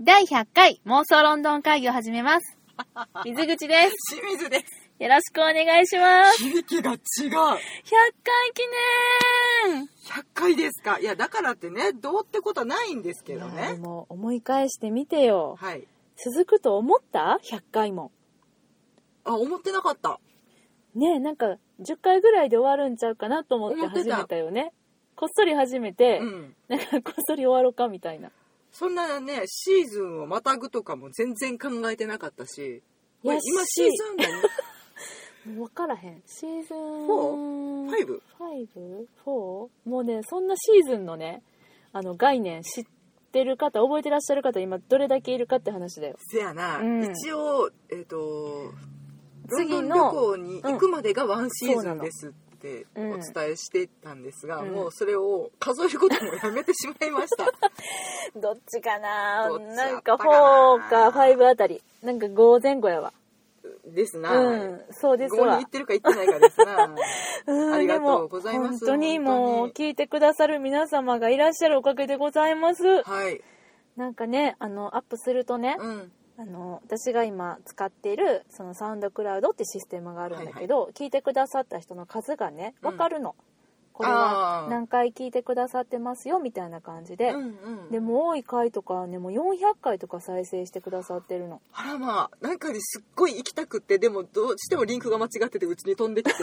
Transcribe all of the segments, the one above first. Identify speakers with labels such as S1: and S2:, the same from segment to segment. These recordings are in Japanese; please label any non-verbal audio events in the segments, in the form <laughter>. S1: 第100回妄想ロンドン会議を始め
S2: <laughs>
S1: ます。水口です。
S2: 清水です。
S1: よろしくお願いします。
S2: 響きが違う。
S1: 100回記念
S2: 100回ですか。いや、だからってね、どうってことはないんですけど
S1: いやで
S2: ね。
S1: も思い返してみてよ。
S2: はい。
S1: 続くと思った ?100 回も。
S2: あ、思ってなかった。
S1: ねえ、なんか10回ぐらいで終わるんちゃうかなと思って
S2: 思って
S1: 始
S2: た
S1: めたよね。こっそり始めて、
S2: うん。
S1: なんか <laughs> こっそり終わろうかみたいな。
S2: そんなね、シーズンをまたぐとかも全然考えてなかったし。これ
S1: よし
S2: 今シーズンだね。
S1: もう分からへん。シーズン
S2: Four？Five？
S1: 5?4? もうね、そんなシーズンのね、あの概念知ってる方、覚えてらっしゃる方、今どれだけいるかって話だよ。
S2: せやな。
S1: <laughs> うん
S2: 一応、えっ、と、ロン
S1: 次
S2: ドン
S1: の
S2: 旅行に行くまでがワンシーズンですってお
S1: うん
S2: 伝えしてたんですが、
S1: うん
S2: もうそれを数えることもやめてしまいま
S1: <laughs>
S2: した。
S1: どっちかな
S2: どっちだ
S1: なん
S2: った
S1: か
S2: かな
S1: 4か5あたり。なんか5前後やわ。
S2: ですな。
S1: うん、そうです
S2: 合に
S1: わ
S2: 行っ。てるか行ってないかですな。
S1: うん
S2: ありがとうございます
S1: でも本当にもう
S2: 本当
S1: 聞いてくださる皆様がいらっしゃるおかげでございます。 <laughs>
S2: はい。
S1: なんかね、あの、アップするとね、
S2: うん。
S1: あの私が今使っているそのサウンドクラウドってシステムがあるんだけど、聞いてくださった人の数がね
S2: うん
S1: 分かるの、これは
S2: あー
S1: 何回聞いてくださってますよみたいな感じで、
S2: うんうん、
S1: でも多い回とかはねもう400回とか再生してくださってる
S2: <laughs>
S1: の
S2: あらまあなんかですっごい行きたくってでもどうしてもリンクが間違っててうちに飛んで
S1: <laughs>
S2: きて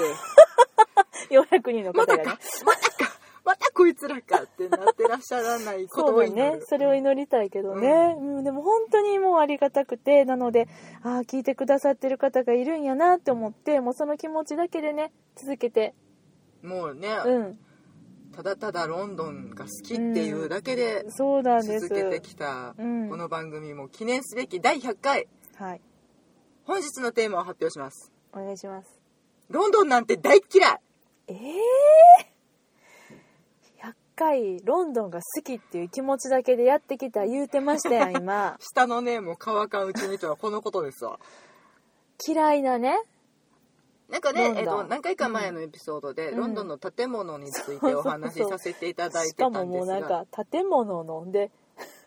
S1: 400人の
S2: ま
S1: 方が、
S2: たか
S1: ね、
S2: またか <laughs> またこいつらかってなってらっしゃらない
S1: そ
S2: 言
S1: う
S2: 葉
S1: だ
S2: にな
S1: ね
S2: る
S1: それを祈りたいけどね、うんでも本当にもうありがたくてなのでああ聞いてくださってる方がいるんやなって思ってもうその気持ちだけでね続けて
S2: もうね、
S1: うん
S2: ただただロンドンが好きっていうだけで
S1: そうなんです
S2: 続けてきたこ
S1: うん
S2: の番組も記念すべき第100回
S1: はい
S2: 本日のテーマを発表します
S1: お願いします
S2: ロンドンなんて大っ嫌い
S1: ええー、100回ロンドンが好きっていう気持ちだけでやってきた言うてましたやん
S2: <laughs>
S1: 今
S2: 下のねもう乾かんうちにとはこのことですわ
S1: 嫌いなね
S2: なんか
S1: ロ
S2: ね
S1: ン、ドン
S2: えっと、何回か前のエピソードで、
S1: うん
S2: ロンドンの建物についてお話しさせていただい
S1: して
S2: た
S1: か
S2: んで
S1: も
S2: すが
S1: もうなんか建物のんで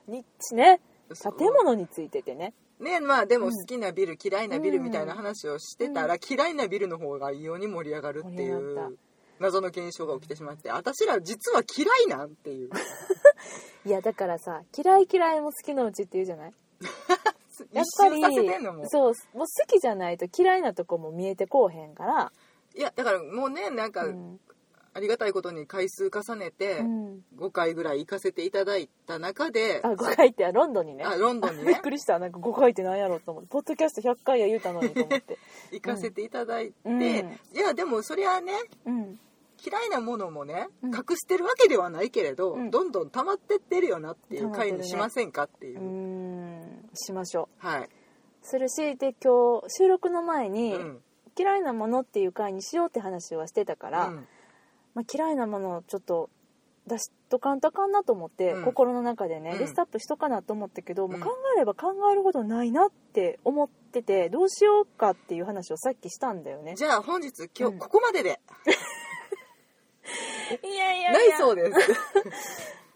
S1: にね建物についててね
S2: ねまあでも好きなビル、嫌いなビルみたいな話をしてたら、
S1: う
S2: 嫌いなビルの方が異様に盛り上がるってい
S1: 盛り上がっ
S2: う謎の現象が起きてしまって私ら実は嫌いなんっていう
S1: いやだからさ嫌い嫌いも好きのうちって言うじゃないやっ
S2: <laughs> 一
S1: ぱ
S2: 周
S1: り
S2: させてんのも
S1: そうもう好きじゃないと嫌いなとこも見えてこうへんから、
S2: いやだからもうねなんか
S1: うん
S2: ありがたいことに回数重ねて
S1: うん、
S2: 5回ぐらい行かせていただいた中で、
S1: あ5回ってロンドンにね
S2: あロンドンに
S1: びっ
S2: ね
S1: くりしたなんか5回ってなんやろうと思ってポッドキャスト100回や言うたのにと思って、
S2: 行かせていただいて、
S1: うん
S2: いやでもそりゃね
S1: うん、
S2: 嫌いなものもね
S1: うん
S2: 隠してるわけではないけれど、
S1: うん
S2: どんどん溜まってってるよなっていう
S1: 溜まって
S2: 回
S1: るね
S2: にしませんかっていうう、
S1: ーんしましょ
S2: はい、
S1: うするしで今日収録の前
S2: う
S1: に、
S2: ん
S1: 嫌いなものっていう回にしようって話はしてたから、
S2: うん
S1: まあ、嫌いなものをちょっと出しとかんとあかんなと思って、
S2: うん
S1: 心の中でね、
S2: うん
S1: リストアップしとかなと思ったけど、もう
S2: うん
S1: 考えれば考えるほどないなって思っててどうしようかっていう話をさっきしたんだよね
S2: じゃあ本日
S1: う
S2: 今
S1: ん
S2: 日ここまでで、
S1: いやい
S2: ないそうで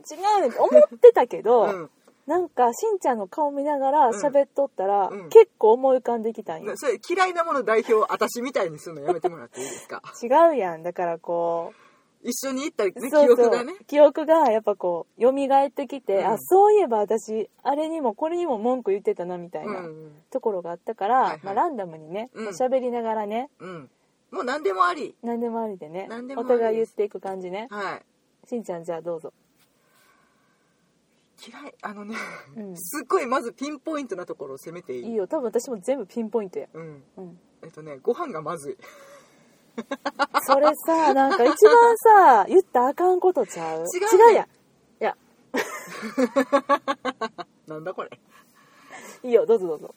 S2: す、
S1: 違うね思ってたけど、
S2: うん
S1: なんかしんちゃんの顔見ながら喋っとったら、
S2: うん
S1: 結構思い浮かんできたんよ、
S2: それ嫌いなもの代表私みたいにするのやめてもらっていいですか <laughs>
S1: 違うやんだからこう
S2: 一緒に行ったり、ね、記
S1: そうそう
S2: 憶がね
S1: 記憶がやっぱこう蘇ってきて、
S2: うん
S1: あそういえば私あれにもこれにも文句言ってたなみたいな
S2: うん
S1: ところがあったから、
S2: はいはい
S1: まあ、ランダムにね
S2: うん
S1: まあ喋、りながらね
S2: うんもう何でもあり
S1: 何でもありでね
S2: 何でも
S1: お
S2: ありです
S1: 互い言っていく感じね
S2: はい
S1: しんちゃんじゃあどうぞ
S2: 嫌いあのね、
S1: うん
S2: すっごいまずピンポイントなところを攻めていい
S1: いいよ多分私も全部ピンポイントや、
S2: うん、
S1: うん、
S2: えっとねご飯がまずい
S1: それさなんか一番さ言ったらあかんことちゃう
S2: 違うね
S1: やんいや
S2: なんだこれ
S1: いいよどうぞどうぞ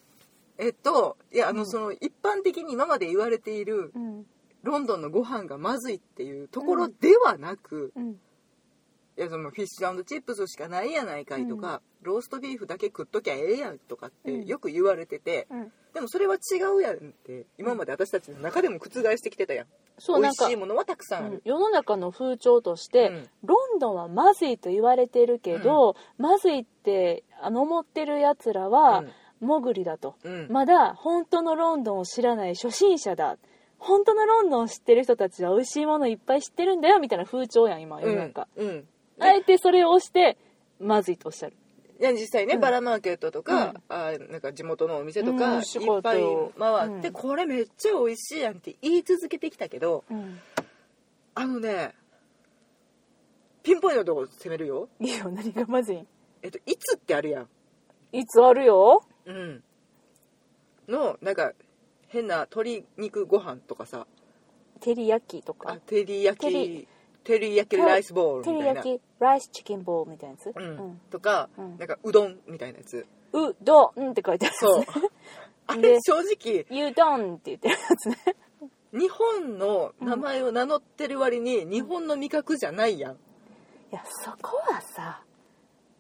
S2: えっといやあの、
S1: うん
S2: その一般的に今まで言われている
S1: うん
S2: ロンドンのご飯がまずいっていうところではなく、
S1: うん
S2: いやそのフィッシュチップスしかないやないかいとか、ローストビーフだけ食っときゃええやんとかっ
S1: う
S2: て
S1: ん
S2: よく言われてて、
S1: うん
S2: でもそれは違うやんって今まで私たちの中でも覆してきてたやん、
S1: そう
S2: 美
S1: なん
S2: 味
S1: か
S2: しいものはたくさんあ
S1: うん
S2: る、
S1: 世の中の風潮として、
S2: うん
S1: ロンドンはまずいと言われてるけど、まずいってあの思ってるやつらは、モグリだと、
S2: うん
S1: まだ本当のロンドンを知らない初心者だ本当のロンドンを知ってる人たちは美味しいものいっぱい知ってるんだよみたいな風潮やん今世の中、
S2: うんうん
S1: あえてそれを押してまずいとおっしゃる
S2: いや実際ね、
S1: うん
S2: バラマーケットとか,、あーなんか地元のお店と
S1: うん美
S2: か、い
S1: 味しか
S2: っ
S1: った
S2: ぱい
S1: よ
S2: 回って、
S1: うん
S2: これめっちゃ美味しいやんって言い続けてきたけど
S1: うん
S2: あのねピンポイントのとこ攻めるよ、
S1: いいよ何がまずい
S2: えっと、いつってあるやん
S1: いつあるよ
S2: うんのなんか変な鶏肉ご飯とかさ
S1: 照り焼きと
S2: あ
S1: か
S2: 照り焼
S1: 照
S2: き
S1: り
S2: 照り焼きライスボール
S1: 照
S2: み
S1: り
S2: たいな
S1: 焼きライスチキンボールみたいなやつ、
S2: う
S1: うんん、
S2: とか、
S1: うん
S2: なんかうどんみたいなやつ
S1: うどんって書いてある <laughs>
S2: そうあれ
S1: で
S2: 正直
S1: ゆどんって言ってるやつね
S2: 日本の名前を名乗ってる割に日本の味覚じゃないやん、
S1: いやそこはさ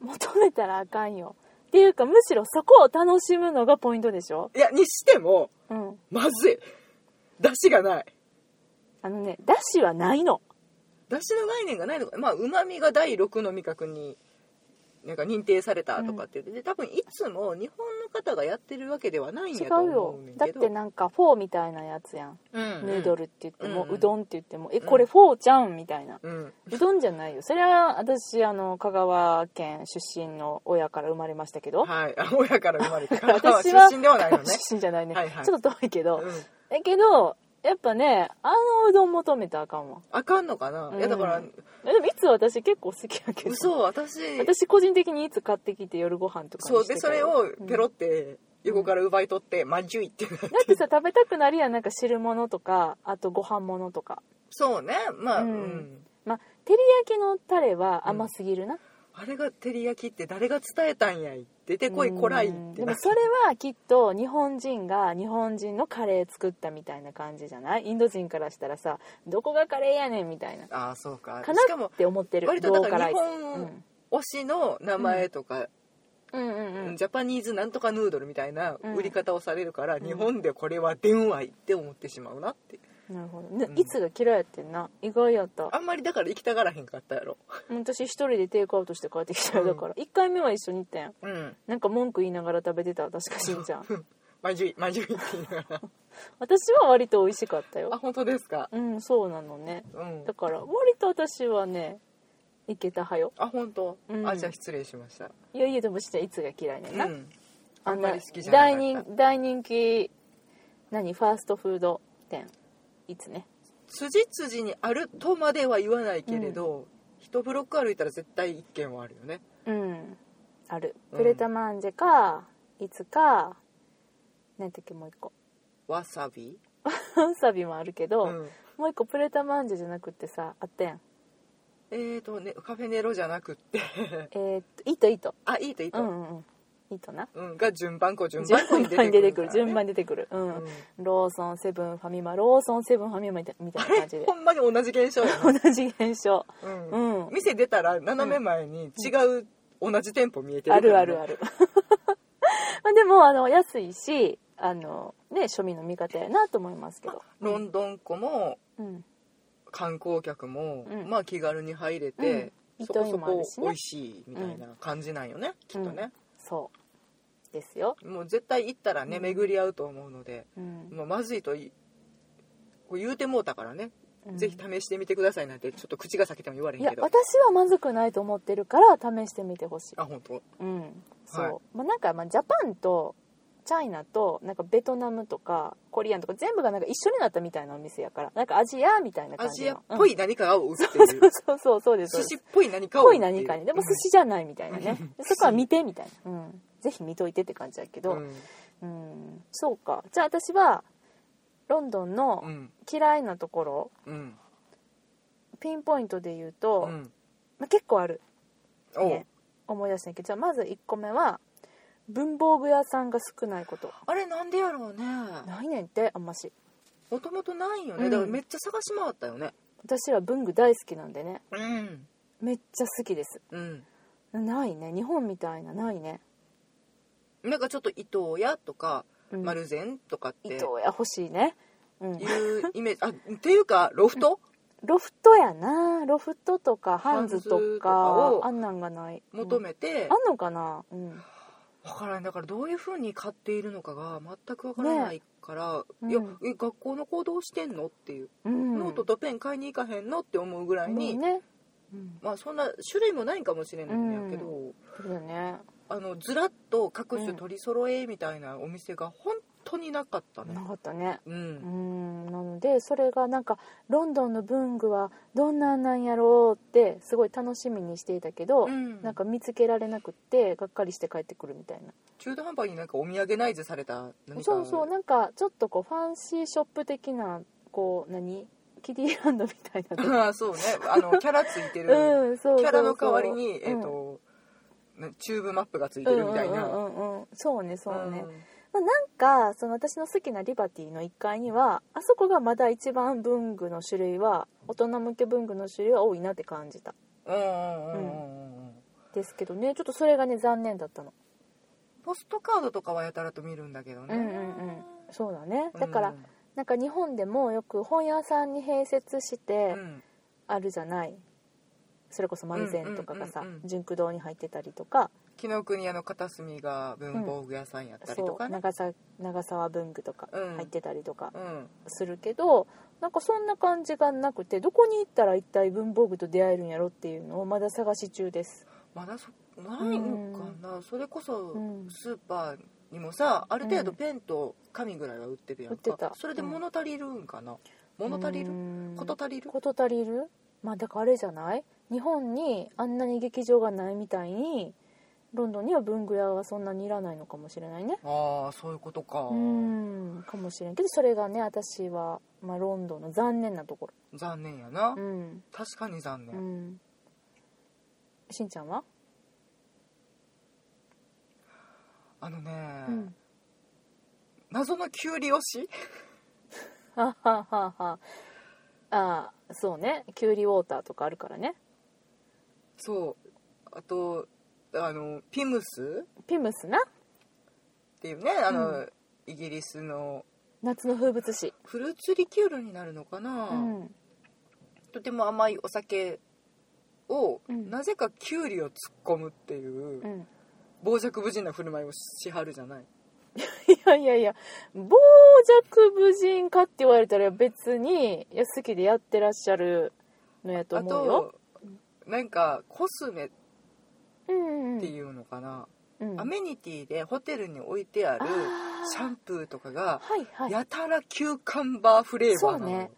S1: 求めたらあかんよっていうかむしろそこを楽しむのがポイントでしょ
S2: いやにしても
S1: うん
S2: まずい出汁がない
S1: あのねだしはないの
S2: 出汁の概念がないのかまあうまみが第6の味覚になんか認定されたとかって言って、で多分いつも日本の方がやってるわけではないん
S1: 違
S2: やと
S1: う
S2: 思
S1: よ
S2: うねん
S1: だっ
S2: けど
S1: てなんかフォーみたいなやつやん、
S2: うん
S1: ヌードルって言っても、
S2: う
S1: うん
S2: うん
S1: どんって言ってもえ
S2: ん
S1: これフォーじゃんみたいな、
S2: うん
S1: うどんじゃないよそれは私あの香川県出身の親から生まれましたけど、
S2: はいあ親から生まれて香川
S1: <laughs> 私は
S2: 出身で
S1: <laughs>
S2: はないのね
S1: 香川出身じゃないね、
S2: はいはい
S1: ちょっと遠いけど、
S2: うん
S1: だけどやっぱねあのうどん求めたらあかんわ
S2: あかんのかな、いやだから
S1: うんえでもいつ私結構好きやけど
S2: 嘘私
S1: 私個人的にいつ買ってきて夜ご飯とかに
S2: そう
S1: して
S2: で
S1: た
S2: それをペロ
S1: う
S2: っ
S1: ん
S2: て横から奪い取って、まじゅいってなって
S1: だってさ食べたくなりやんなんか汁物とかあとご飯物とか
S2: <laughs> そうねまあ、う
S1: うんんまあ照り焼きのタレは甘すぎるな、
S2: あれが照り焼きって誰が伝えたんやい出てこいこらいっ
S1: うん
S2: て
S1: で
S2: な
S1: もそれはきっと日本人が日本人のカレー作ったみたいな感じじゃないインド人からしたらさどこがカレーやねんみたいな
S2: ああそうか
S1: か
S2: し
S1: な
S2: かも
S1: って思ってる
S2: 割とだ
S1: ロー
S2: か
S1: カ
S2: ら
S1: ライ
S2: 日
S1: ズ
S2: 本推しの名前とか、
S1: うんうんうんうん
S2: ジャパニーズなんとかヌードルみたいな
S1: うん
S2: 売り方をされるから、
S1: ん
S2: 日本でこれは電話いって思ってしまうなって
S1: なるほど、ね
S2: うん
S1: いつが嫌いやってんな意外やった
S2: あんまりだから行きたがらへんかったやろ
S1: 私一人でテイクアウトして帰ってきた
S2: う
S1: よ
S2: ん
S1: だから1回目は一緒に行ったやん
S2: うん
S1: なんか文句言いながら食べてた確かしんちゃん
S2: まじゅいまじゅいって言いながら
S1: <laughs> 私は割と美味しかった
S2: <laughs> あ
S1: よ
S2: 本当ですか
S1: うんそうなのね
S2: うん
S1: だから割と私はねいけたはよ
S2: あ本当、
S1: うん
S2: あじゃあ失礼しました
S1: いやいやでもしんちゃんいつが嫌いねんな、
S2: うん、あ
S1: あ
S2: ん
S1: ん
S2: ま
S1: な
S2: り好きじゃなか
S1: 大
S2: った
S1: 人大人気何ファーストフード店いつね
S2: 辻々にあるとまでは言わないけれど、一ブロック歩いたら絶対一軒はあるよね
S1: うんある
S2: うん
S1: プレタマンジェかいつか何だっけもう一個 <laughs>
S2: わさび
S1: サビもあるけど、
S2: うん
S1: もう一個プレタマンジェじゃなくってさあったやん
S2: えーとねカフェネロじゃなくって
S1: えーっと糸糸
S2: あいいといいと、
S1: うんうんうん糸な
S2: うんが順番こう順
S1: 順
S2: 番こに
S1: 番に出てくる
S2: からね
S1: 順番に出てくるうん、
S2: うん
S1: ローソンセブンファミマローソンセブンファミマみたいな
S2: あ
S1: 感じで
S2: れほんまに同じ
S1: <laughs>
S2: 現象やな、
S1: 同じ現象
S2: うん
S1: うん
S2: 店出たら斜め前に違う、同じ店舗見えて
S1: ある
S2: るから
S1: あ
S2: ね、
S1: るあ <laughs> るまあでもあの安いしあのね庶民の味方やなと思いますけど
S2: ロンドン子も
S1: うん
S2: 観光客も、
S1: うん
S2: まあ気軽に入れて、
S1: うん
S2: そこそ
S1: 糸井もあ
S2: こ
S1: るしね
S2: 美味しいみたいな感じなんよね、きっとね、
S1: そうですよ
S2: もう絶対行ったらね
S1: うん
S2: 巡り合うと思うので、
S1: うん
S2: もうまずいといこう言うてもうたからね、
S1: うん
S2: ぜひ試してみてくださいなんてちょっと口が裂けても言われへ
S1: い
S2: ん
S1: や
S2: けど
S1: 私はまずくないと思ってるから試してみてほしい
S2: あ本当
S1: うんそう、
S2: はい
S1: まあ、なんかまあジャパンとチャイナとなんかベトナムとかコリアンとか全部がなんか一緒になったみたいなお店やからなんかアジアみたいな
S2: ア
S1: 感じ
S2: ジアっ
S1: の
S2: ぽ
S1: うん
S2: い何かを売ってる、
S1: そうそうそうですそうです
S2: 寿司っぽい何かを
S1: ぽ
S2: 売って
S1: い
S2: る
S1: 何かにでも寿司じゃないみたいなねでそこは見てみたいな、うん、ぜひ見といてって感じだけ
S2: う
S1: ど、
S2: ん
S1: うんそうかじゃあ私はロンドン
S2: う
S1: の
S2: ん
S1: 嫌いなところ、
S2: うん
S1: ピンポイントで言うと、
S2: うん
S1: まあ、結構ある、
S2: おう
S1: ね、思い出したんやけどじゃあまず1個目は文房具屋さんが少ないこと
S2: あれなんでやろうね
S1: ないねんってあんまし
S2: もともとないよね、
S1: うん
S2: だからめっちゃ探し回ったよね
S1: 私は文具大好きなんでね
S2: うん
S1: めっちゃ好きです
S2: うん
S1: ないね日本みたいなないね、
S2: なんかちょっと伊藤屋とか
S1: うん、
S2: 丸善とかっ
S1: 伊
S2: て
S1: 藤屋欲しいね、うん <laughs>
S2: い、うイメージあっていうかロフト
S1: ロフトやなロフトとかハンズと
S2: ハンズと
S1: か
S2: かを
S1: あんなんがない
S2: 求
S1: うん
S2: めて、
S1: あんのかなうん
S2: わからないだからどういうふうに買っているのかが全くわからないから、
S1: ね
S2: いや
S1: うん
S2: え学校の行動してんのっていう、
S1: うん
S2: ノートとペン買いに行かへんのって思うぐらい
S1: も
S2: に、
S1: うねうん
S2: まあそんな種類もないんかもしれないんやけど、
S1: そうだね
S2: あのずらっと各種取り揃えみたいなお店が本当になかったね
S1: な。かったね
S2: う、
S1: うんんなのでそれがなんかロンドンの文具はどんなんなんやろうってすごい楽しみにしていたけど、
S2: うん
S1: なんか見つけられなくってがっかりして帰ってくるみたいな
S2: 中途半端になんかお土産ナイズされた何か
S1: そうそうなんかちょっとこうファンシーショップ的なこう何キディランドみたいなとこ
S2: <laughs> あーそうねあのキャラついてる、
S1: <laughs> うん、そうそうそう
S2: キャラの代わりに、えー
S1: うん
S2: となチューブマップがついてるみたいな、
S1: うんうんうんうんそうねそうね、
S2: ん
S1: まあ、なんかその私の好きなリバティの1階にはあそこがまだ一番文具の種類は大人向け文具の種類は多いなって感じた
S2: うんうんうんうんうん
S1: ですけどねちょっとそれがね残念だったの
S2: ポストカードとかはやたらと見るんだけどね、
S1: うんうんうんそうだねだから、
S2: うん
S1: なんか日本でもよく本屋さんに併設して
S2: うん
S1: あるじゃない、それこそ丸善とかがさ
S2: うんうんうんうん
S1: 純駆動に入ってたりとか
S2: 紀伊国屋の片隅が文房具屋さんやったりと
S1: そう
S2: かね、
S1: 長さ長沢文具とか
S2: うん
S1: 入ってたりとか
S2: うん
S1: するけど、なんかそんな感じがなくてどこに行ったら一体文房具と出会えるんやろっていうのをまだ探し中です
S2: まだそないのかな、それこそ
S1: うん
S2: スーパーにもさある程度ペンと紙ぐらいは売ってるやんか、
S1: 売ってた
S2: それで物足りるんかな、物足りること足りる
S1: こと足りるまあだからあれじゃない日本にあんなに劇場がないみたいにロンドンには文具屋はそんなにいらないのかもしれないね
S2: ああそういうことか、
S1: うんかもしれんけどそれがね私は、まあ、ロンドンの残念なとこ
S2: 残念や
S1: ろ
S2: な、
S1: うん、
S2: 確かに残
S1: う
S2: 念、
S1: ん、しんちゃんは、
S2: あのね、
S1: うん、
S2: 謎のキュウリ推し <laughs>
S1: ははははああそうねキュウリウォーターとかあるからね
S2: そうあとあのピムス
S1: ピムスな
S2: っていうねあの、
S1: う
S2: イギリスの
S1: 夏の風物詩
S2: フルーツリキュールになるのかな、
S1: うん
S2: とても甘いお酒を、
S1: うん
S2: なぜかキュウリを突っ込むっていう、
S1: うん
S2: 傍若無人な振る舞いをしはるじゃない
S1: いやいやいや傍若無人かって言われたら別にいや好きでやってらっしゃるのやと
S2: あ
S1: 思うよ
S2: となんかコスメっ
S1: うんうん
S2: ていうのかな、
S1: うん
S2: アメニティでホテルに置いてある
S1: あー
S2: シャンプーとかが
S1: はいはい
S2: やたらキューカンバーフレーバーなの
S1: そう
S2: よ、
S1: ね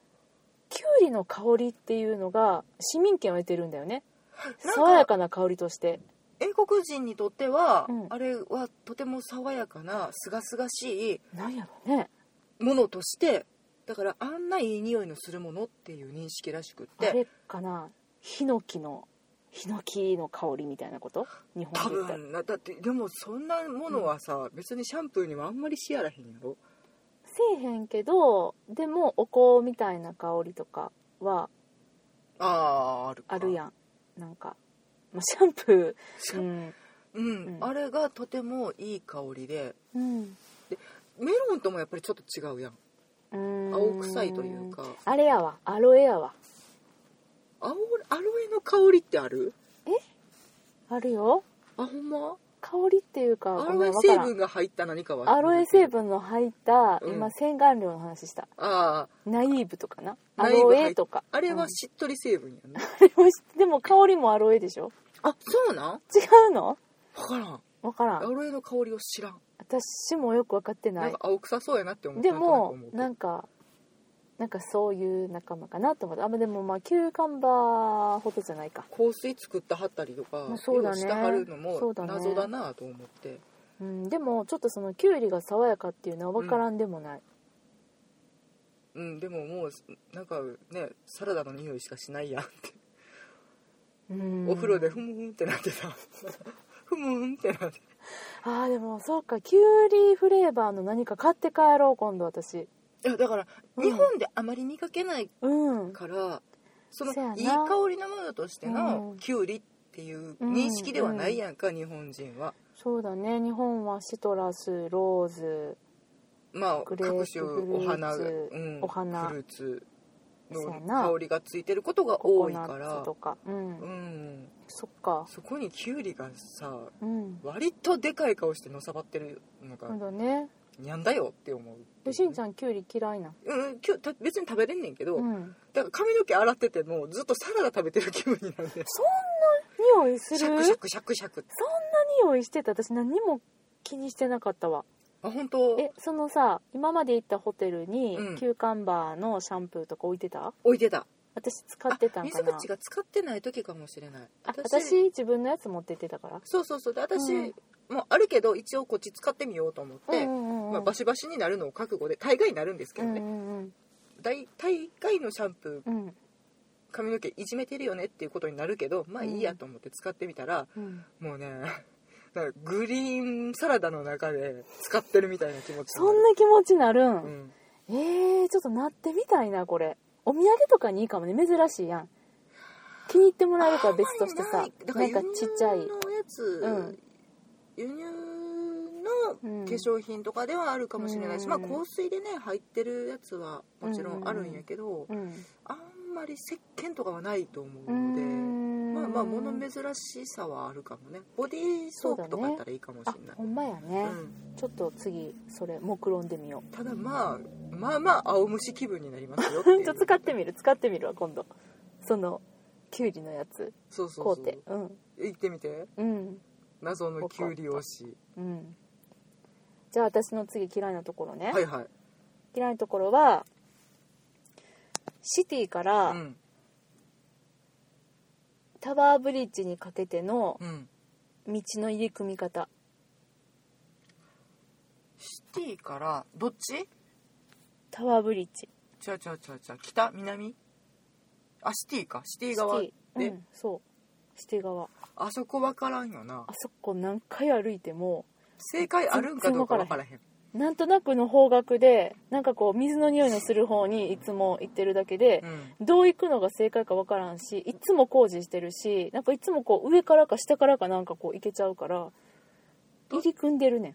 S1: キュウリの香りっていうのが市民権を得てるんだよね
S2: なんか
S1: 爽やかな香りとして
S2: 英国人にとっては、
S1: うん
S2: あれはとても爽やかな清々しい
S1: なんやろね
S2: ものとしてだからあんないい匂いのするものっていう認識らしくっ
S1: あ
S2: て
S1: れかなヒノキのヒノキの香りみたいなこと日
S2: 多
S1: 本で言ったら
S2: 分なだってでもそんなものはさ、別にシャンプーにはあんまりしやらへんやろ
S1: せえへんけどでもお香みたいな香りとかは
S2: あーあるか
S1: あるやんなんか、まあ、シャンプ
S2: シ
S1: ー
S2: ャン
S1: ん、
S2: うん、
S1: うん
S2: あれがとてもいい香りで
S1: うん
S2: メロンともやっぱりちょっと違うやん
S1: うーん
S2: 青臭いというか
S1: あれやわアロエやわ
S2: 青アロエの香りってある
S1: あるよ
S2: あほんま
S1: 香りっていうか
S2: ア
S1: ご
S2: ロ
S1: め
S2: エ
S1: んわか
S2: 成
S1: らん
S2: 分が入った何かは
S1: アロエ成分の入った、
S2: うん
S1: 今洗顔料の話した
S2: ああ
S1: ナイーブとかなア
S2: ナイーブ
S1: ロ
S2: 入っ
S1: エとか
S2: あれ
S1: う
S2: は
S1: ん
S2: しっとり成分やね、
S1: あれもしでも香りもアロエでしょ
S2: あそうなん
S1: 違うの
S2: 分からん
S1: わから
S2: ア
S1: ん
S2: ロエの香りを知らん
S1: 私もよく分かって
S2: な
S1: なんい
S2: か青臭そうやなって思って
S1: でも
S2: な
S1: なんんかなんかそういう仲間かなと思ってあまあでもまあキューカンバーほどじゃないか
S2: 香水作ったはったりとか
S1: まあそうだね
S2: してはるの
S1: そう
S2: も
S1: だね
S2: 謎だなと思って、
S1: うん、でもちょっとそのキュウリが爽やかっていうのは分からんでもない、
S2: うんでももうなんかねサラダの匂いしかしないやんって、
S1: うん
S2: お風呂でふむーんってなってた <laughs> ふむーんってなって
S1: あーでもそうかキュウリフレーバーの何か買って帰ろう今度私
S2: いやだから
S1: うん
S2: 日本であまり見かけない
S1: うん
S2: から、その
S1: せやない
S2: い香りのものとして
S1: う
S2: の
S1: ん
S2: キュウリっていう認識ではないやんか、日本人は
S1: そうだね日本はシトラスローズ
S2: まあ
S1: グレープ
S2: 各種お花
S1: フルーツ
S2: うん、
S1: お花
S2: フルーツ
S1: そうやな
S2: の香りがついてることが
S1: ココ
S2: 多い
S1: ナ
S2: か
S1: ッツ
S2: ら
S1: とかうん、
S2: うん
S1: そっか
S2: そこにキュウリがさ
S1: うん
S2: 割とでかい顔してのさばってる
S1: な
S2: の
S1: ん
S2: が
S1: だね
S2: にゃんだよって思う
S1: でしんちゃんきゅうり嫌いなん
S2: うん今日た別に食べれんねんけど、
S1: うん
S2: だから髪の毛洗っててもずっとサラダ食べてる気分になるね
S1: 匂いす
S2: シ
S1: る
S2: ャクシャクシャクシャクって
S1: 匂いしてた私何も気にしてなかったわ
S2: あ本当
S1: えそのさ今まで行ったホテルに
S2: うん
S1: キューカンバーのシャンプーとか置いてた、
S2: 置いてた
S1: 私使ってたんか
S2: 水
S1: な
S2: 口が使ってない時かもしれない
S1: あ私自分のやつ持って行ってたから
S2: そうそうそうで私、
S1: うん
S2: もうあるけど一応こっち使ってみようと思って、
S1: うんうんうん
S2: まあ、バシバシになるのを覚悟で大概になるんですけ
S1: う
S2: ど
S1: んう
S2: ね、
S1: んうん
S2: 大大概のシャンプー
S1: うん
S2: 髪の毛いじめてるよねっていうことになるけどまあいいやと思って使ってみたら、
S1: うん
S2: もうね <laughs> なんかグリーンサラダの中で使ってるみたいな気持ちに
S1: そんな気持ちなるん、
S2: るうん
S1: えー、ちょっとなってみたいなこれお土産とかにいいかもね珍しいやん気に入ってもらえるかは別としてさ
S2: だ
S1: なんかちっちゃい
S2: 輸入のやつ、
S1: うん
S2: 輸入
S1: うん
S2: の化粧品とかではあるかもしれない
S1: う
S2: し、
S1: ん
S2: まあ、香水でね入ってるやつはもちろんあるんやけど、
S1: うん
S2: あんまり石鹸とかはないと思
S1: うー
S2: うので。
S1: ん
S2: まあまあ物珍しさはあるかもねボディーソープとかやったらいいかもし
S1: あ
S2: れない
S1: ほんまやね、
S2: うん
S1: ちょっと次それ目論んでみよ
S2: ただまあまあまあ青虫気分になりますよって
S1: う <laughs>
S2: い
S1: ちょ
S2: う
S1: っと使ってみる使ってみるわ今度そのきゅうりのやつ
S2: そうそ
S1: 買
S2: う
S1: う
S2: そ
S1: て
S2: う行ってみて
S1: うんうん
S2: 謎のキュウリ推し
S1: うんじゃあ私の次嫌いなところね、
S2: はいはい
S1: 嫌いなところはシティから、
S2: うん
S1: タワーブリッジにかけての
S2: うん
S1: 道の入り組み方
S2: シティからどっち
S1: タワーブリッジ
S2: 違う違う違う違う北南あシティかシティ
S1: シ
S2: 側
S1: テ
S2: で、
S1: ィ、うん、そうシティ側
S2: あそこ分からんよな
S1: あそこ何回歩いても
S2: 正解あるんかどうか分からへん
S1: なんとなくの方角でなんかこう水の匂いのする方にいつも行ってるだけで
S2: う、ん
S1: どう行くのが正解かわからんしいつも工事してるしなんかいつもこう上からか下からかなんかこう行けちゃうから入り組んでるね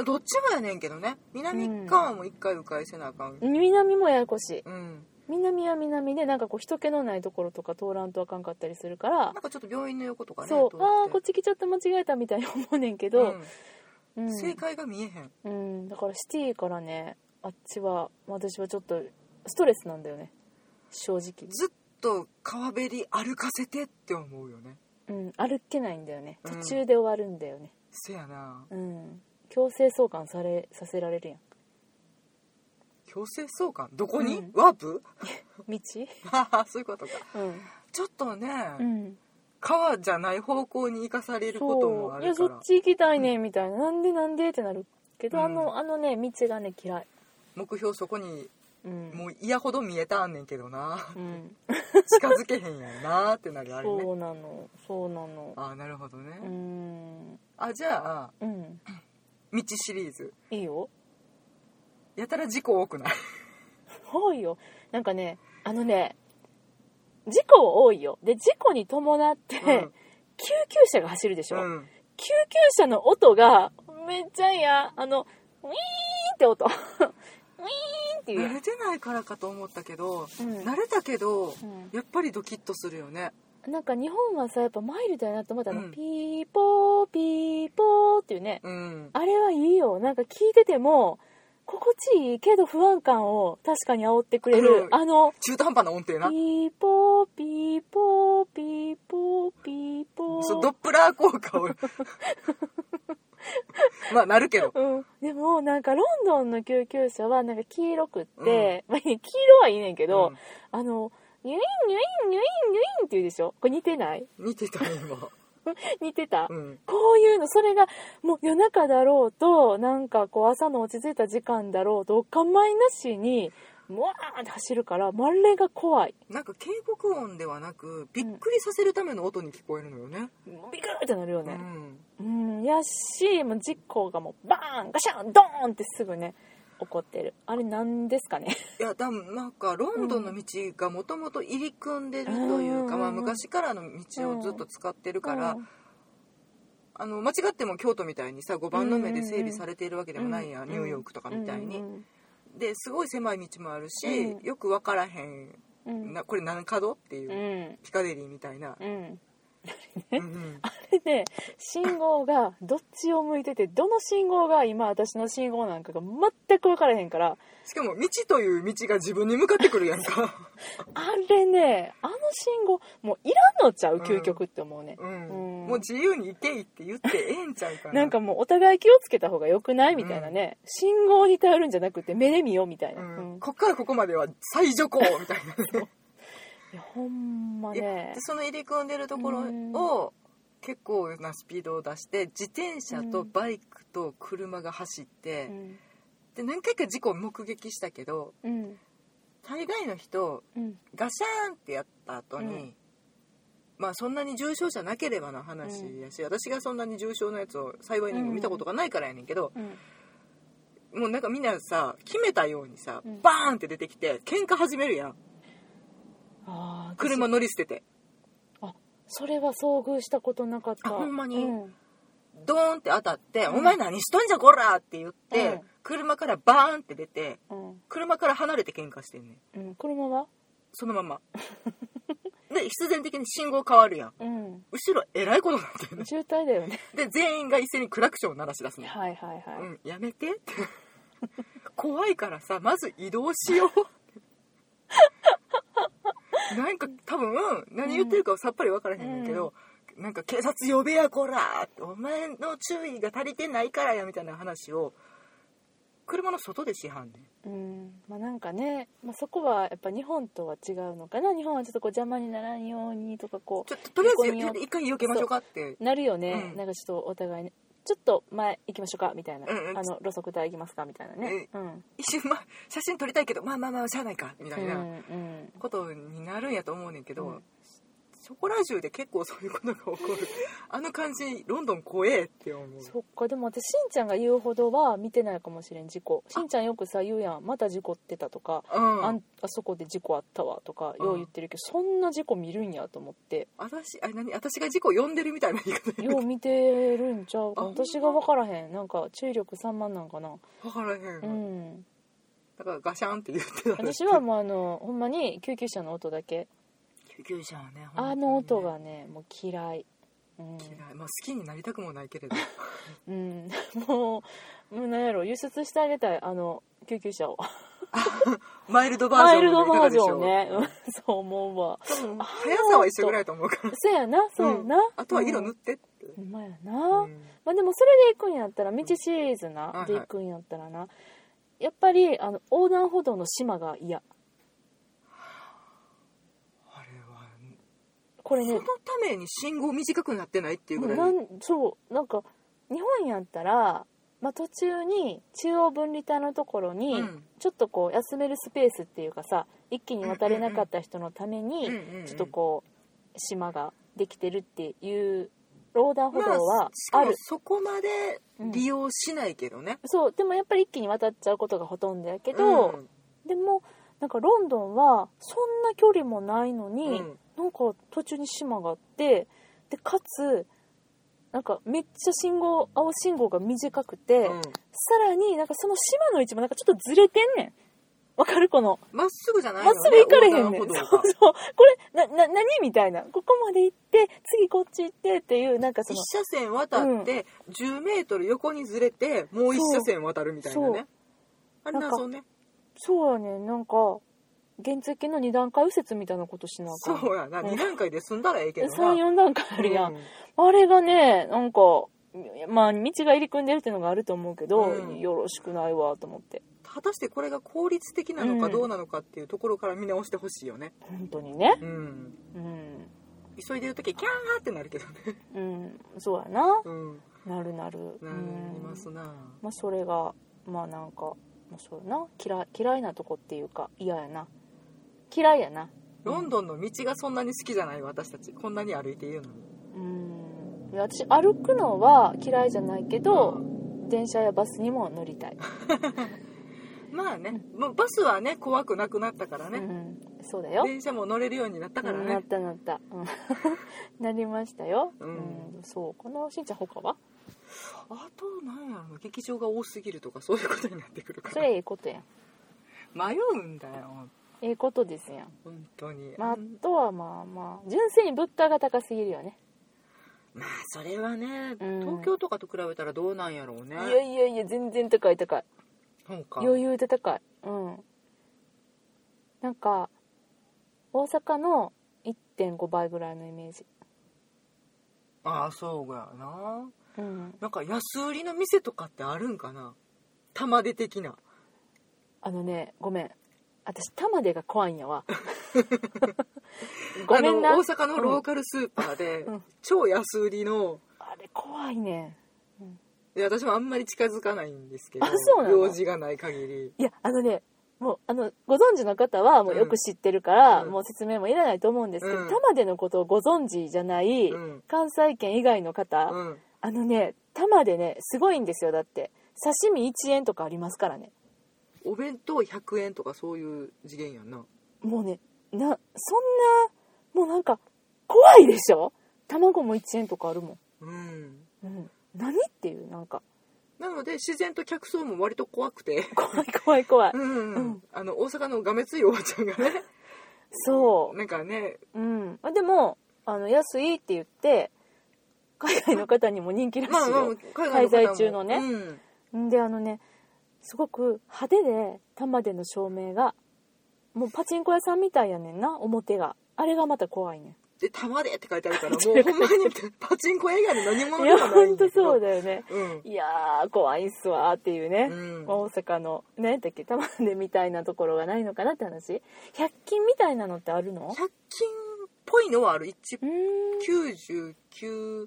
S1: ん
S2: どっちもやねんけどね南側も一回迂回せなあかん
S1: 南もややこしい
S2: うん
S1: 南は南でなんかこう人気のないところとか通らんとあかんかったりするから
S2: なんかちょっと病院の横とかね
S1: そう
S2: 通って
S1: ああーこっち来ちゃった間違えたみたいに思うねんけど、う
S2: うんん正解が見えへん
S1: うん、だからシティからねあっちは私はちょっとストレスなんだよね正直、
S2: ずっと川べり歩かせてって思うよね
S1: うん、歩けないんだよね
S2: うん
S1: 途中で終わるんだよね、
S2: せやな
S1: うん、強制送還されさせられるやん
S2: 強制送還どこに、
S1: うん
S2: ワープ <laughs>
S1: 道
S2: そういうことか
S1: うん、
S2: ちょっとね、
S1: うん、
S2: 川じゃない方向に行かされることも
S1: そ
S2: あ
S1: ういや
S2: る
S1: そ
S2: か
S1: っ
S2: ら
S1: ち行きたいねみたいな、なんでなんでってなるけど、
S2: うん
S1: あのあのね道がね嫌い
S2: 目標そこに
S1: うん
S2: もう嫌ほど見えたんねんけど
S1: <laughs>
S2: な
S1: うん、
S2: 近づけへんやんなってなるあれ
S1: そ
S2: ね
S1: うなのそうなの
S2: ああなるほどね、
S1: うん
S2: あじゃあ
S1: うん
S2: 道シリーズ
S1: いいよ
S2: やたら事故
S1: <laughs>
S2: 多くない
S1: 多いよなんかねあのね事故多いよで事故に伴って、
S2: うん
S1: 救急車が走るでしょ、
S2: うん
S1: 救急車の音がめっちゃ嫌あのウィーンって音 <laughs> ウィーンっていう
S2: 慣
S1: やん
S2: れてないからかと思ったけど、
S1: うん
S2: 慣れたけど、
S1: うん
S2: やっぱりドキッとするよね
S1: なんか日本はさやっぱマイルドやなと思ったの、
S2: うん
S1: ピーポーピーポーっていうね
S2: うん
S1: あれはいいよなんか聞いてても心地いいけど不安感を確かに煽ってくれる、
S2: うん
S1: あの
S2: 中途半端な音程な
S1: ピーポーピーポーピーポーピーポー
S2: そうドップラー効果を <laughs> まあなるけど
S1: うん、でもなんかロンドンの救急車はなんか黄色くって、まあ、黄色はいいねんけど、
S2: うん
S1: あのニュインニュインニュインニュインって言うでしょこれ似てない
S2: 似てた今、
S1: 似てた、
S2: うん、
S1: こういうのそれがもう夜中だろうとなんかこう朝の落ち着いた時間だろうとお構いなしにもわーって走るからまるが怖い
S2: なんか警告音ではなくびっくりさせるための音に聞こえるのよね、
S1: ビクーってなるよ
S2: う
S1: ね
S2: ん、
S1: うんやしもう実行がもうバーンガシャンドーンってすぐね起こってるあれなんですかね
S2: いや多分なんかロンドンの道がもともと入り組んでるというか、
S1: うん
S2: まあ、昔からの道をずっと使ってるから、
S1: うん
S2: あの間違っても京都みたいにさ5番の目で整備されているわけでもないや、
S1: うん
S2: ニューヨークとかみたいに、
S1: うんうん
S2: ですごい狭い道もあるし、
S1: うん
S2: よく分からへん
S1: うん
S2: なこれ何角っていうう、
S1: ん
S2: ピカデリーみたいな、
S1: うん
S2: うんうん
S1: あれね信号がどっちを向いててどの信号が今私の信号なんかが全く分からへんから
S2: しかも道という道が自分に向かってくるやんか
S1: あれねあの信号もういらんのちゃう
S2: うん
S1: 究極って思うね、
S2: うん、
S1: うん
S2: もう自由に行けいって言ってええんちゃうかな
S1: なんかもうお互い気をつけた方が良くないみたいなね、信号に頼るんじゃなくて目で見ようみたいな、
S2: う
S1: うん
S2: ん
S1: い
S2: こっからここまでは最徐行みたいなね
S1: やほんま
S2: いや
S1: ね
S2: でその入り組んでるところを結構なスピードを出して自転車とバイクと車が走って、
S1: うん
S2: で何回か事故を目撃したけど
S1: うん
S2: 大概の人
S1: うん
S2: ガシャーンってやった後に、
S1: うん
S2: まあそんなに重傷者なければの話やし、私がそんなに重傷のやつを幸いにも見たことがないからやねんけど、
S1: うん
S2: もうなんかみんなさ決めたようにさ、
S1: うん
S2: バーンって出てきて喧嘩始めるやん
S1: あー
S2: 車乗り捨てて
S1: それは遭遇したことなかった
S2: あほんまに
S1: うん
S2: ドーンって当たって「
S1: うん
S2: お前何しとんじゃこら!」って言って、
S1: うん
S2: 車からバーンって出て
S1: うん
S2: 車から離れて喧嘩してんねん
S1: うん、車は
S2: そのま
S1: <laughs>
S2: まで必然的に信号変わるやん
S1: うん
S2: 後ろえらいことになってんね
S1: 渋滞だよね <laughs>
S2: で全員が一斉にクラクションを鳴らし出すねん
S1: はいはいはい、
S2: うん、やめてって怖いからさまず移動しようなんか多分何言ってるかさっぱり分からへんねんけど、なんか警察呼べやこらってお前の注意が足りてないからやみたいな話を車の外でしはんねん
S1: うんまあなんかね、まあ、そこはやっぱ日本とは違うのかな日本はちょっとこう邪魔にならんようにとかこ
S2: ちょっととりあ
S1: 横に
S2: え
S1: 寄っ
S2: ず一回避けましょうかって
S1: うなるよね、
S2: うん
S1: なんかちょっとお互いねちょっと前行きましょうかみたいな、
S2: うんうん
S1: あの路側帯行きますかみたいなねうん
S2: 一瞬、まあ、写真撮りたいけどまあまあまあしゃあないかみた
S1: う
S2: い
S1: んう
S2: なんことになるんやと思うねんけど、
S1: うん
S2: そこら中で結構そういうことが起こる <laughs> あの感じロンドン怖えって思う
S1: そっかでも私しんちゃんが言うほどは見てないかもしれん事故しんちゃんよくさ言うやんまた事故ってたとか、
S2: うん
S1: あんあそこで事故あったわとかよう言ってるけど、そんな事故見るんやと思って
S2: 私あ何私が事故呼んでるみたいな言い方 <laughs>
S1: よう見てるんちゃうか
S2: あ
S1: 私が分からへんなんか注意力散漫なんかな
S2: 分からへん、
S1: うん
S2: だからガシャンって言ってた
S1: 私はもうあのほんまに救急車の音だけ
S2: 救急車はね
S1: あの音がねもう嫌いうん、
S2: 嫌い、まあ、好きになりたくもないけれど <laughs>
S1: うん、もうもうなんやろ輸出してあげたいあの救急車を
S2: マイルドバー
S1: ワ
S2: ジ
S1: イル
S2: ョ
S1: ド
S2: ンでいか
S1: バー
S2: がで
S1: ジ
S2: しょ
S1: ョ
S2: う
S1: ンね、うん、そう思うわ
S2: 多分速さは一緒ぐらいだと思うから
S1: そうやなそうやな、
S2: んあとは色塗ってって、
S1: ほんまやな、
S2: うん
S1: まあでもそれで行くんやったら道シリーズ
S2: うんは
S1: ないで行くんやったらなやっぱりあの横断歩道の島が嫌
S2: あれは
S1: これ
S2: そ
S1: ね
S2: のために信号短くなってないっていうぐらい
S1: なんそうなんか日本やったら、まあ、途中に中央分離帯のところに、
S2: うん
S1: ちょっとこう休めるスペースっていうかさ一気に渡れなかった人のために、
S2: うんうんうん
S1: ちょっとこう島ができてるっていう横断歩道
S2: まあ
S1: は
S2: し
S1: あ
S2: か
S1: る、
S2: もそこまで利用しないけどね、
S1: そうでもやっぱり一気に渡っちゃうことがほとんどやけど、
S2: うん
S1: でもなんかロンドンはそんな距離もないのに、
S2: うん
S1: なんか途中に島があってでかつなんかめっちゃ信号青信号が短くて、
S2: うん
S1: さらになんかその島の位置もなんかちょっとずれてんねんわかるこの
S2: まっすぐじゃない
S1: まっ
S2: よ
S1: すぐ行かれへんねん、
S2: 横
S1: そう
S2: 断
S1: そ
S2: 歩
S1: う
S2: 道が
S1: これなな何みたいなここまで行って次こっち行ってっていうなんかそ
S2: 一
S1: の
S2: 車線渡って10メートル横にずれてもう一車線渡るみたいな
S1: そう
S2: ねあれ謎ね
S1: そうやねんなんか原付の二段階右折みたいなことしなあかん
S2: そうやな
S1: うん
S2: 2段階で済んだらええけどな
S1: 34段階あるやん、あれがね、なんか、まあ、道が入り組んでるっていうのがあると思うけど、
S2: うん
S1: よろしくないわと思って。
S2: 果たしてこれが効率的なの
S1: う
S2: か
S1: ん
S2: どうなのかっていうところから見直してほしいよね
S1: 本当にね。
S2: うん
S1: うん。
S2: 急いでる時キャーってなるけどね
S1: うん。そうやな。
S2: うん
S1: なるなる。
S2: な
S1: うん
S2: りますな
S1: まあ、それが、まあなんか、まあ、そうやな。嫌い、嫌いなとこっていうか、嫌やな。嫌いやな。
S2: ロンドンの道がそんなに好きじゃない私たちこんなに歩いているのに
S1: うん。いや私、歩くのは嫌いじゃないけど、電車やバスにも乗りたい。
S2: まあね、もうバスはね怖くなくなったから
S1: う
S2: ね、
S1: ん。そうだよ。
S2: 電車も乗れるようになったから
S1: うんなっ
S2: ね、
S1: たなった、うん <laughs> なりましたよ、う
S2: うんん
S1: そうこのしんちゃん他は
S2: あとなんやろな劇場が多すぎるとかそういうことになってくるか
S1: そ
S2: ら
S1: れええことやん
S2: 迷うんだよ
S1: ええことですやん
S2: 本当に
S1: まああとはまあまあ純粋に物価が高すぎるよね
S2: まあそれはね、
S1: うん
S2: 東京とかと比べたらどうなんやろうね
S1: いやいやいや全然高い高い
S2: そうか
S1: 余裕で高いうんなんか大阪の1.5倍ぐらいのイメージ
S2: ああそうやな
S1: うん
S2: なんか安売りの店とかってあるんかな玉出的な
S1: あのねごめん私玉出が怖いんや
S2: <laughs>
S1: わごめんな
S2: あ
S1: あ
S2: の大阪のローカルスーパーで、
S1: うん
S2: 超安売りの
S1: れ怖いね
S2: いや私もあんまり近づかないんですけど
S1: あそうなの
S2: 用事がない限り
S1: いやあのねもうあのご存知の方はもうよく知ってるから、
S2: うん
S1: もう説明もいらないと思うんですけど、
S2: うん
S1: 玉出のことをご存知じゃない、
S2: うん
S1: 関西圏以外の方、
S2: うん
S1: あのね玉でねすごいんですよだって刺身1円とかありますからね
S2: お弁当100円とかそういう次元やんな
S1: もうねなそんなもうなんか怖いでしょ卵も1円とかあるも
S2: うん
S1: ん、うん、何っていうなんか <laughs>
S2: なので自然と客層も割と怖くて
S1: 怖い怖い怖い
S2: うん、
S1: うん
S2: あの大阪のがめついおばちゃんが
S1: <laughs>
S2: ね
S1: そ
S2: なんかね
S1: ううんあでもあの安いって言って海外の方にも人気らしいよ、
S2: まあまあ
S1: 外の
S2: 海
S1: 方も
S2: 外
S1: 滞在中のね
S2: うん
S1: んであのねすごく派手で玉での照明がもうパチンコ屋さんみたいやねんな表があれがまた怖いねん
S2: で「玉で」って書いてある
S1: <laughs>
S2: からもうほんまにパチンコ以外の何者
S1: い
S2: でも
S1: や
S2: ない
S1: 本
S2: ん
S1: 当
S2: だけど
S1: そうだよね
S2: うん
S1: いやー怖いっすわーっていうね、
S2: うん
S1: 大阪の何やったっけ玉でみたいなところがないのかなって話100均みたいなのってあるの
S2: 100均っぽいのはある
S1: うーん
S2: 199
S1: 銭湯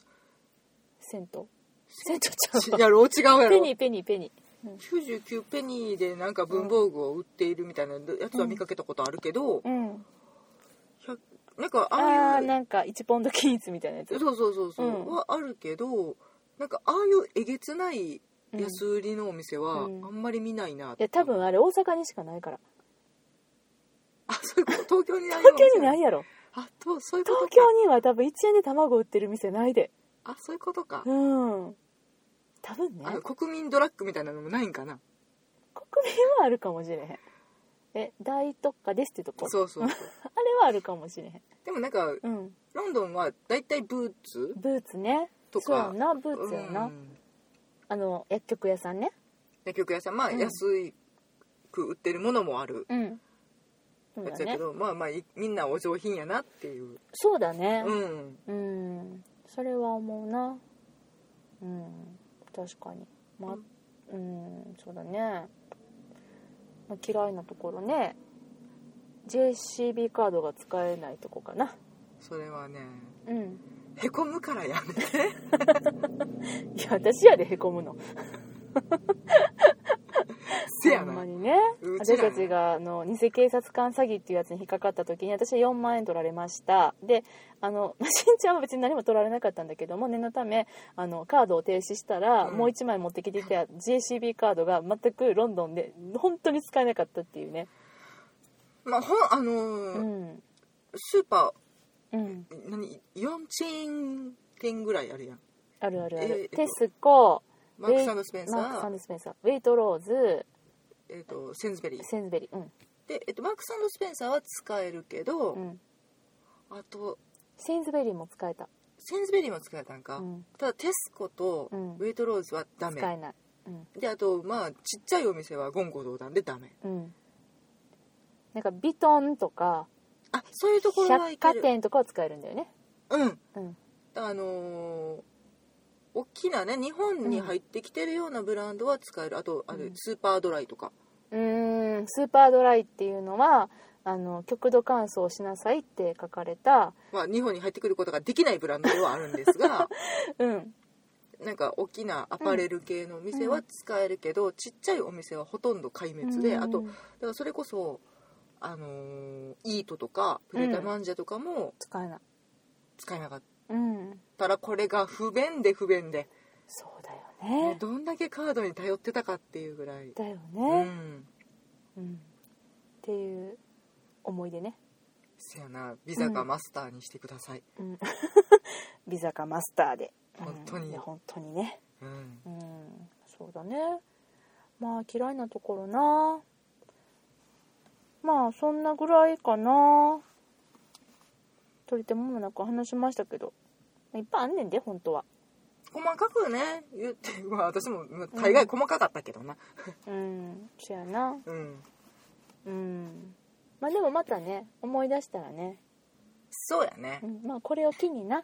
S1: 銭湯ちゃうわ
S2: やろう違うや
S1: ペ
S2: ろ
S1: ニーペニーペニ
S2: 99ペニーでなんか文房具を売っているみたいなやつは見かけたことあるけど、
S1: ーうん
S2: 100なんかあ
S1: あ
S2: あ
S1: ー
S2: いう
S1: なんか1ポンド均一みたいなやつ
S2: そうそうそうそう、
S1: うん
S2: はあるけどなんかああいうえげつない
S1: うん
S2: 安売りのお店はあ
S1: うん
S2: んまり見ないなっ
S1: い
S2: て、
S1: や多分あれ大阪にしかないから
S2: あそういうこと東京にない
S1: 東京にないやろ
S2: あとそういうことか
S1: 東京には多分1円で卵売ってる店ないで
S2: あそういうことか、
S1: うん多分ね
S2: あの国民ドラッグみたいなのもないんかな
S1: 国民はあるかもしれへんえ大特価ですってとこ
S2: そうそうそう
S1: あれはあるかもしれへん
S2: でもなんか
S1: うん
S2: ロンドンはだいたいブーツ
S1: ブーツね
S2: と
S1: そうや
S2: か
S1: んなブーツやんな、
S2: うん
S1: あの薬局屋さんね
S2: 薬局屋さんまあ
S1: うん
S2: 安いく売ってるものもある
S1: うんそう
S2: や
S1: だ
S2: つやけ
S1: ね
S2: ど、まあまあいみんなお上品やなっていう、
S1: そうだね
S2: うん、
S1: うん、それは思うなうん確かにまうんそうだね、まあ、嫌いなところね JCB カードが使えないとこかな
S2: それはね
S1: うん
S2: へこむからやめて
S1: いや私やでへこむの
S2: せや
S1: ほんま
S2: な
S1: にね
S2: うち
S1: 私
S2: らや
S1: たちがあの偽警察官詐欺っていうやつに引っかかった時に私は4万円取られましたであの <laughs> しんちゃんは別に何も取られなかったんだけども念のためあのカードを停止したら、
S2: うん
S1: もう1枚持ってきていた JCB カードが全くロンドンで本当に使えなかったっていうね
S2: まあほんあの
S1: う
S2: ー
S1: ん
S2: スーパ
S1: うん
S2: ー何4チェーン店ぐらいあるやん
S1: あるあるあ
S2: えーえ
S1: る
S2: っ、と
S1: テスコ
S2: マークサンドスペンサ
S1: マーク・サン
S2: ー
S1: ド・スペンサーウェイト・ローズ
S2: えっとセンズベリー
S1: センズベリーうん
S2: で、えっとマークサンドスペンサーは使えるけど、
S1: うん
S2: あと
S1: センズベリーも使えた
S2: センズベリーも使えたんか、
S1: うん
S2: ただテスコと
S1: うん
S2: ウェイトローズはダメ、
S1: 使えないうん
S2: であとまあちっちゃいお店は言語道断でダメ
S1: うんなんかビトンとか
S2: あそういうところは
S1: 百
S2: いけ
S1: 貨
S2: る
S1: 店とかは使えるんだよね
S2: うん
S1: うん
S2: あのー大きなね日本に入ってきてるようなブランドは使えるあとあれ、
S1: うん
S2: スーパードライとか
S1: うーんスーパードライっていうのはあの極度乾燥しなさいって書かれた
S2: は日本に入ってくることができないブランドではあるんですが
S1: <laughs> うん
S2: なんか大きなアパレル系のお店は使えるけど、ちっちゃいお店はほとんど壊滅で、
S1: うん
S2: あとだからそれこそあのーイートとかプレタマンジャとかも
S1: 使えない
S2: 使えなかっ
S1: うん
S2: たらこれが不便で不便で、
S1: そうだよね
S2: どんだけカードに頼ってたかっていうぐらい、
S1: だよ
S2: う
S1: ね、
S2: ん
S1: うんっていう思い出ね、
S2: せやなビザかマスターにしてください、
S1: <laughs> うん、ビザかマスターで
S2: 本当に
S1: うんいや本当にね
S2: うん
S1: うんそうだねまあ嫌いなところなまあそんなぐらいかな取り手もなく話しましたけどいっぱいあんねんで本当は
S2: 細かくね言ってまあ私も大概細かかったけどな
S1: うんそやな
S2: うん
S1: うんまあでもまたね思い出したらね、
S2: そうやね
S1: うん、まあこれを機にな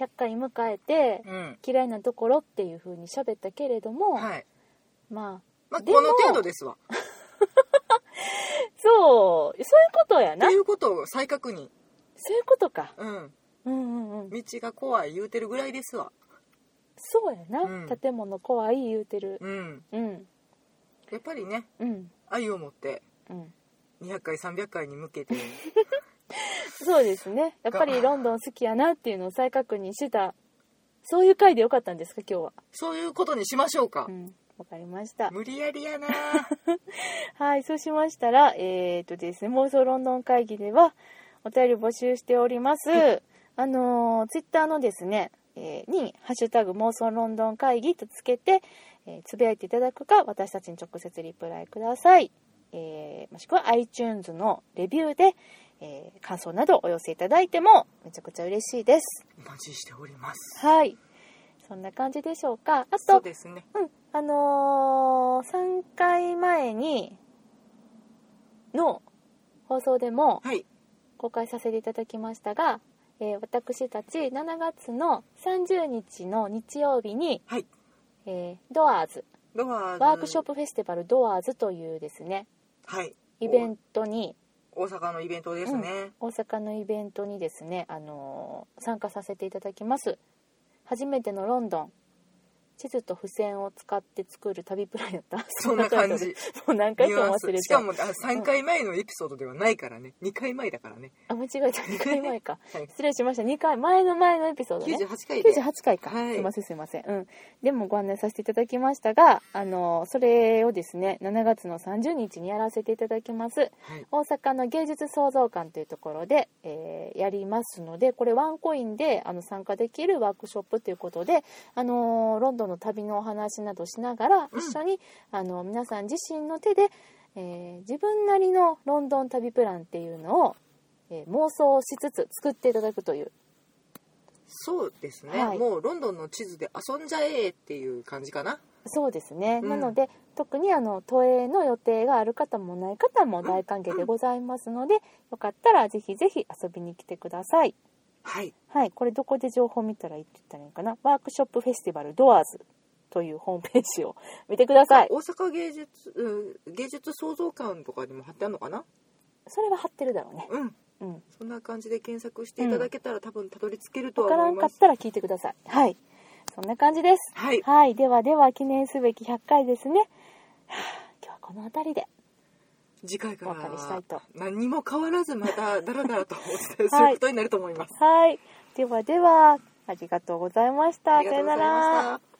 S1: 100回迎えて
S2: うん
S1: 嫌いなところっていう風に喋ったけれども、
S2: はい
S1: まあ
S2: まあ
S1: でも
S2: この程度ですわ
S1: そうそういうことや
S2: と
S1: な
S2: いうことを再確
S1: そ
S2: 認
S1: ういうことか
S2: うん
S1: うんうんうん
S2: 道が怖い言うてるぐらいですわ
S1: そうやな、
S2: うん
S1: 建物怖い言うてる
S2: うん
S1: うん
S2: やっぱりね
S1: うん
S2: 愛を持って
S1: うん
S2: 200回300回に向け
S1: <laughs>
S2: て
S1: そうですねやっぱりロンドン好きやなっていうのを再確認したそういう回でよかったんですか今日は
S2: そういうことにしましょうか
S1: うんわかりました
S2: 無理やりやな
S1: <laughs> はい、そうしましたら、えっとですね、妄想ロンドン会議では、お便り募集しております。あのー、ツイッターのですね、えーに、ハッシュタグ妄想ロンドン会議とつけて、えーつぶやいていただくか、私たちに直接リプライください。えーもしくは iTunes のレビューで、えー感想などお寄せいただいても、めちゃくちゃ嬉しいです。
S2: お待ちしております
S1: はい。そんな感じでしょうか。あ
S2: そう
S1: と、
S2: ですね
S1: うん、あのー、3回前にの放送でも
S2: はい
S1: 公開させていただきましたが、えー私たち7月の30日の日曜日に、
S2: はい
S1: えードアーズ
S2: では
S1: ワークショップフェスティバルドアーズというですね
S2: はい
S1: イベントに
S2: 大阪のイベントですね、
S1: 大阪のイベントにですね、あのー参加させていただきます初めてのロンドン地図と付箋を使って作る旅プランやった
S2: そんな
S1: <laughs>
S2: 感じ
S1: もう何回
S2: ニ
S1: か
S2: ュアン
S1: 忘れ
S2: スし
S1: ちゃ
S2: か
S1: う
S2: もあ3回前のエピソードではないからね2回前だからね、
S1: あ間違えた2回前か
S2: はい、
S1: 失礼しました2回前の前のエピソードね
S2: 98回で
S1: 98回か、
S2: はい
S1: すいませんすいませんうんでもご案内させていただきましたがあのそれをですね7月の30日にやらせていただきます
S2: はい
S1: 大阪の芸術創造館というところで、えーやりますのでこれワンコインであの参加できるワークショップということで、あのーロンドンの旅のお話などしながら
S2: うん
S1: 一緒に、あの皆さん自身の手で、えー自分なりのロンドン旅プランっていうのを、えー妄想しつつ作っていただくという
S2: そうですね、
S1: はい
S2: もうロンドンの地図で遊んじゃえっていう感じかな
S1: そうですね、
S2: うん
S1: なので特にあの都営の予定がある方もない方も大歓迎でございますので、よかったらぜひぜひ遊びに来てください。
S2: はい
S1: はい、これどこで情報見たらいいって言ったらいいのかな。ワークショップフェスティバルドアーズというホームページを見てください。
S2: 大阪芸術うん芸術創造館とかにも貼ってあるのかな
S1: それは貼ってるだろうね。
S2: うん
S1: うん。
S2: そんな感じで検索していただけたら、多分たどり着けると
S1: わ
S2: は
S1: から
S2: 思
S1: ん
S2: い
S1: か
S2: ま
S1: っ
S2: す
S1: たら聞いてください。はい。そんな感じです。
S2: はい
S1: はい、ではでは記念すべき100回ですね。はあ今日はこの辺りで。
S2: 次回か
S1: お別れしたいと
S2: ら何も変わらずまたダラダラとお伝えす
S1: は
S2: る
S1: い
S2: ことになると思います、
S1: はい。ではでは、ありがとうございました。
S2: ありがとうございました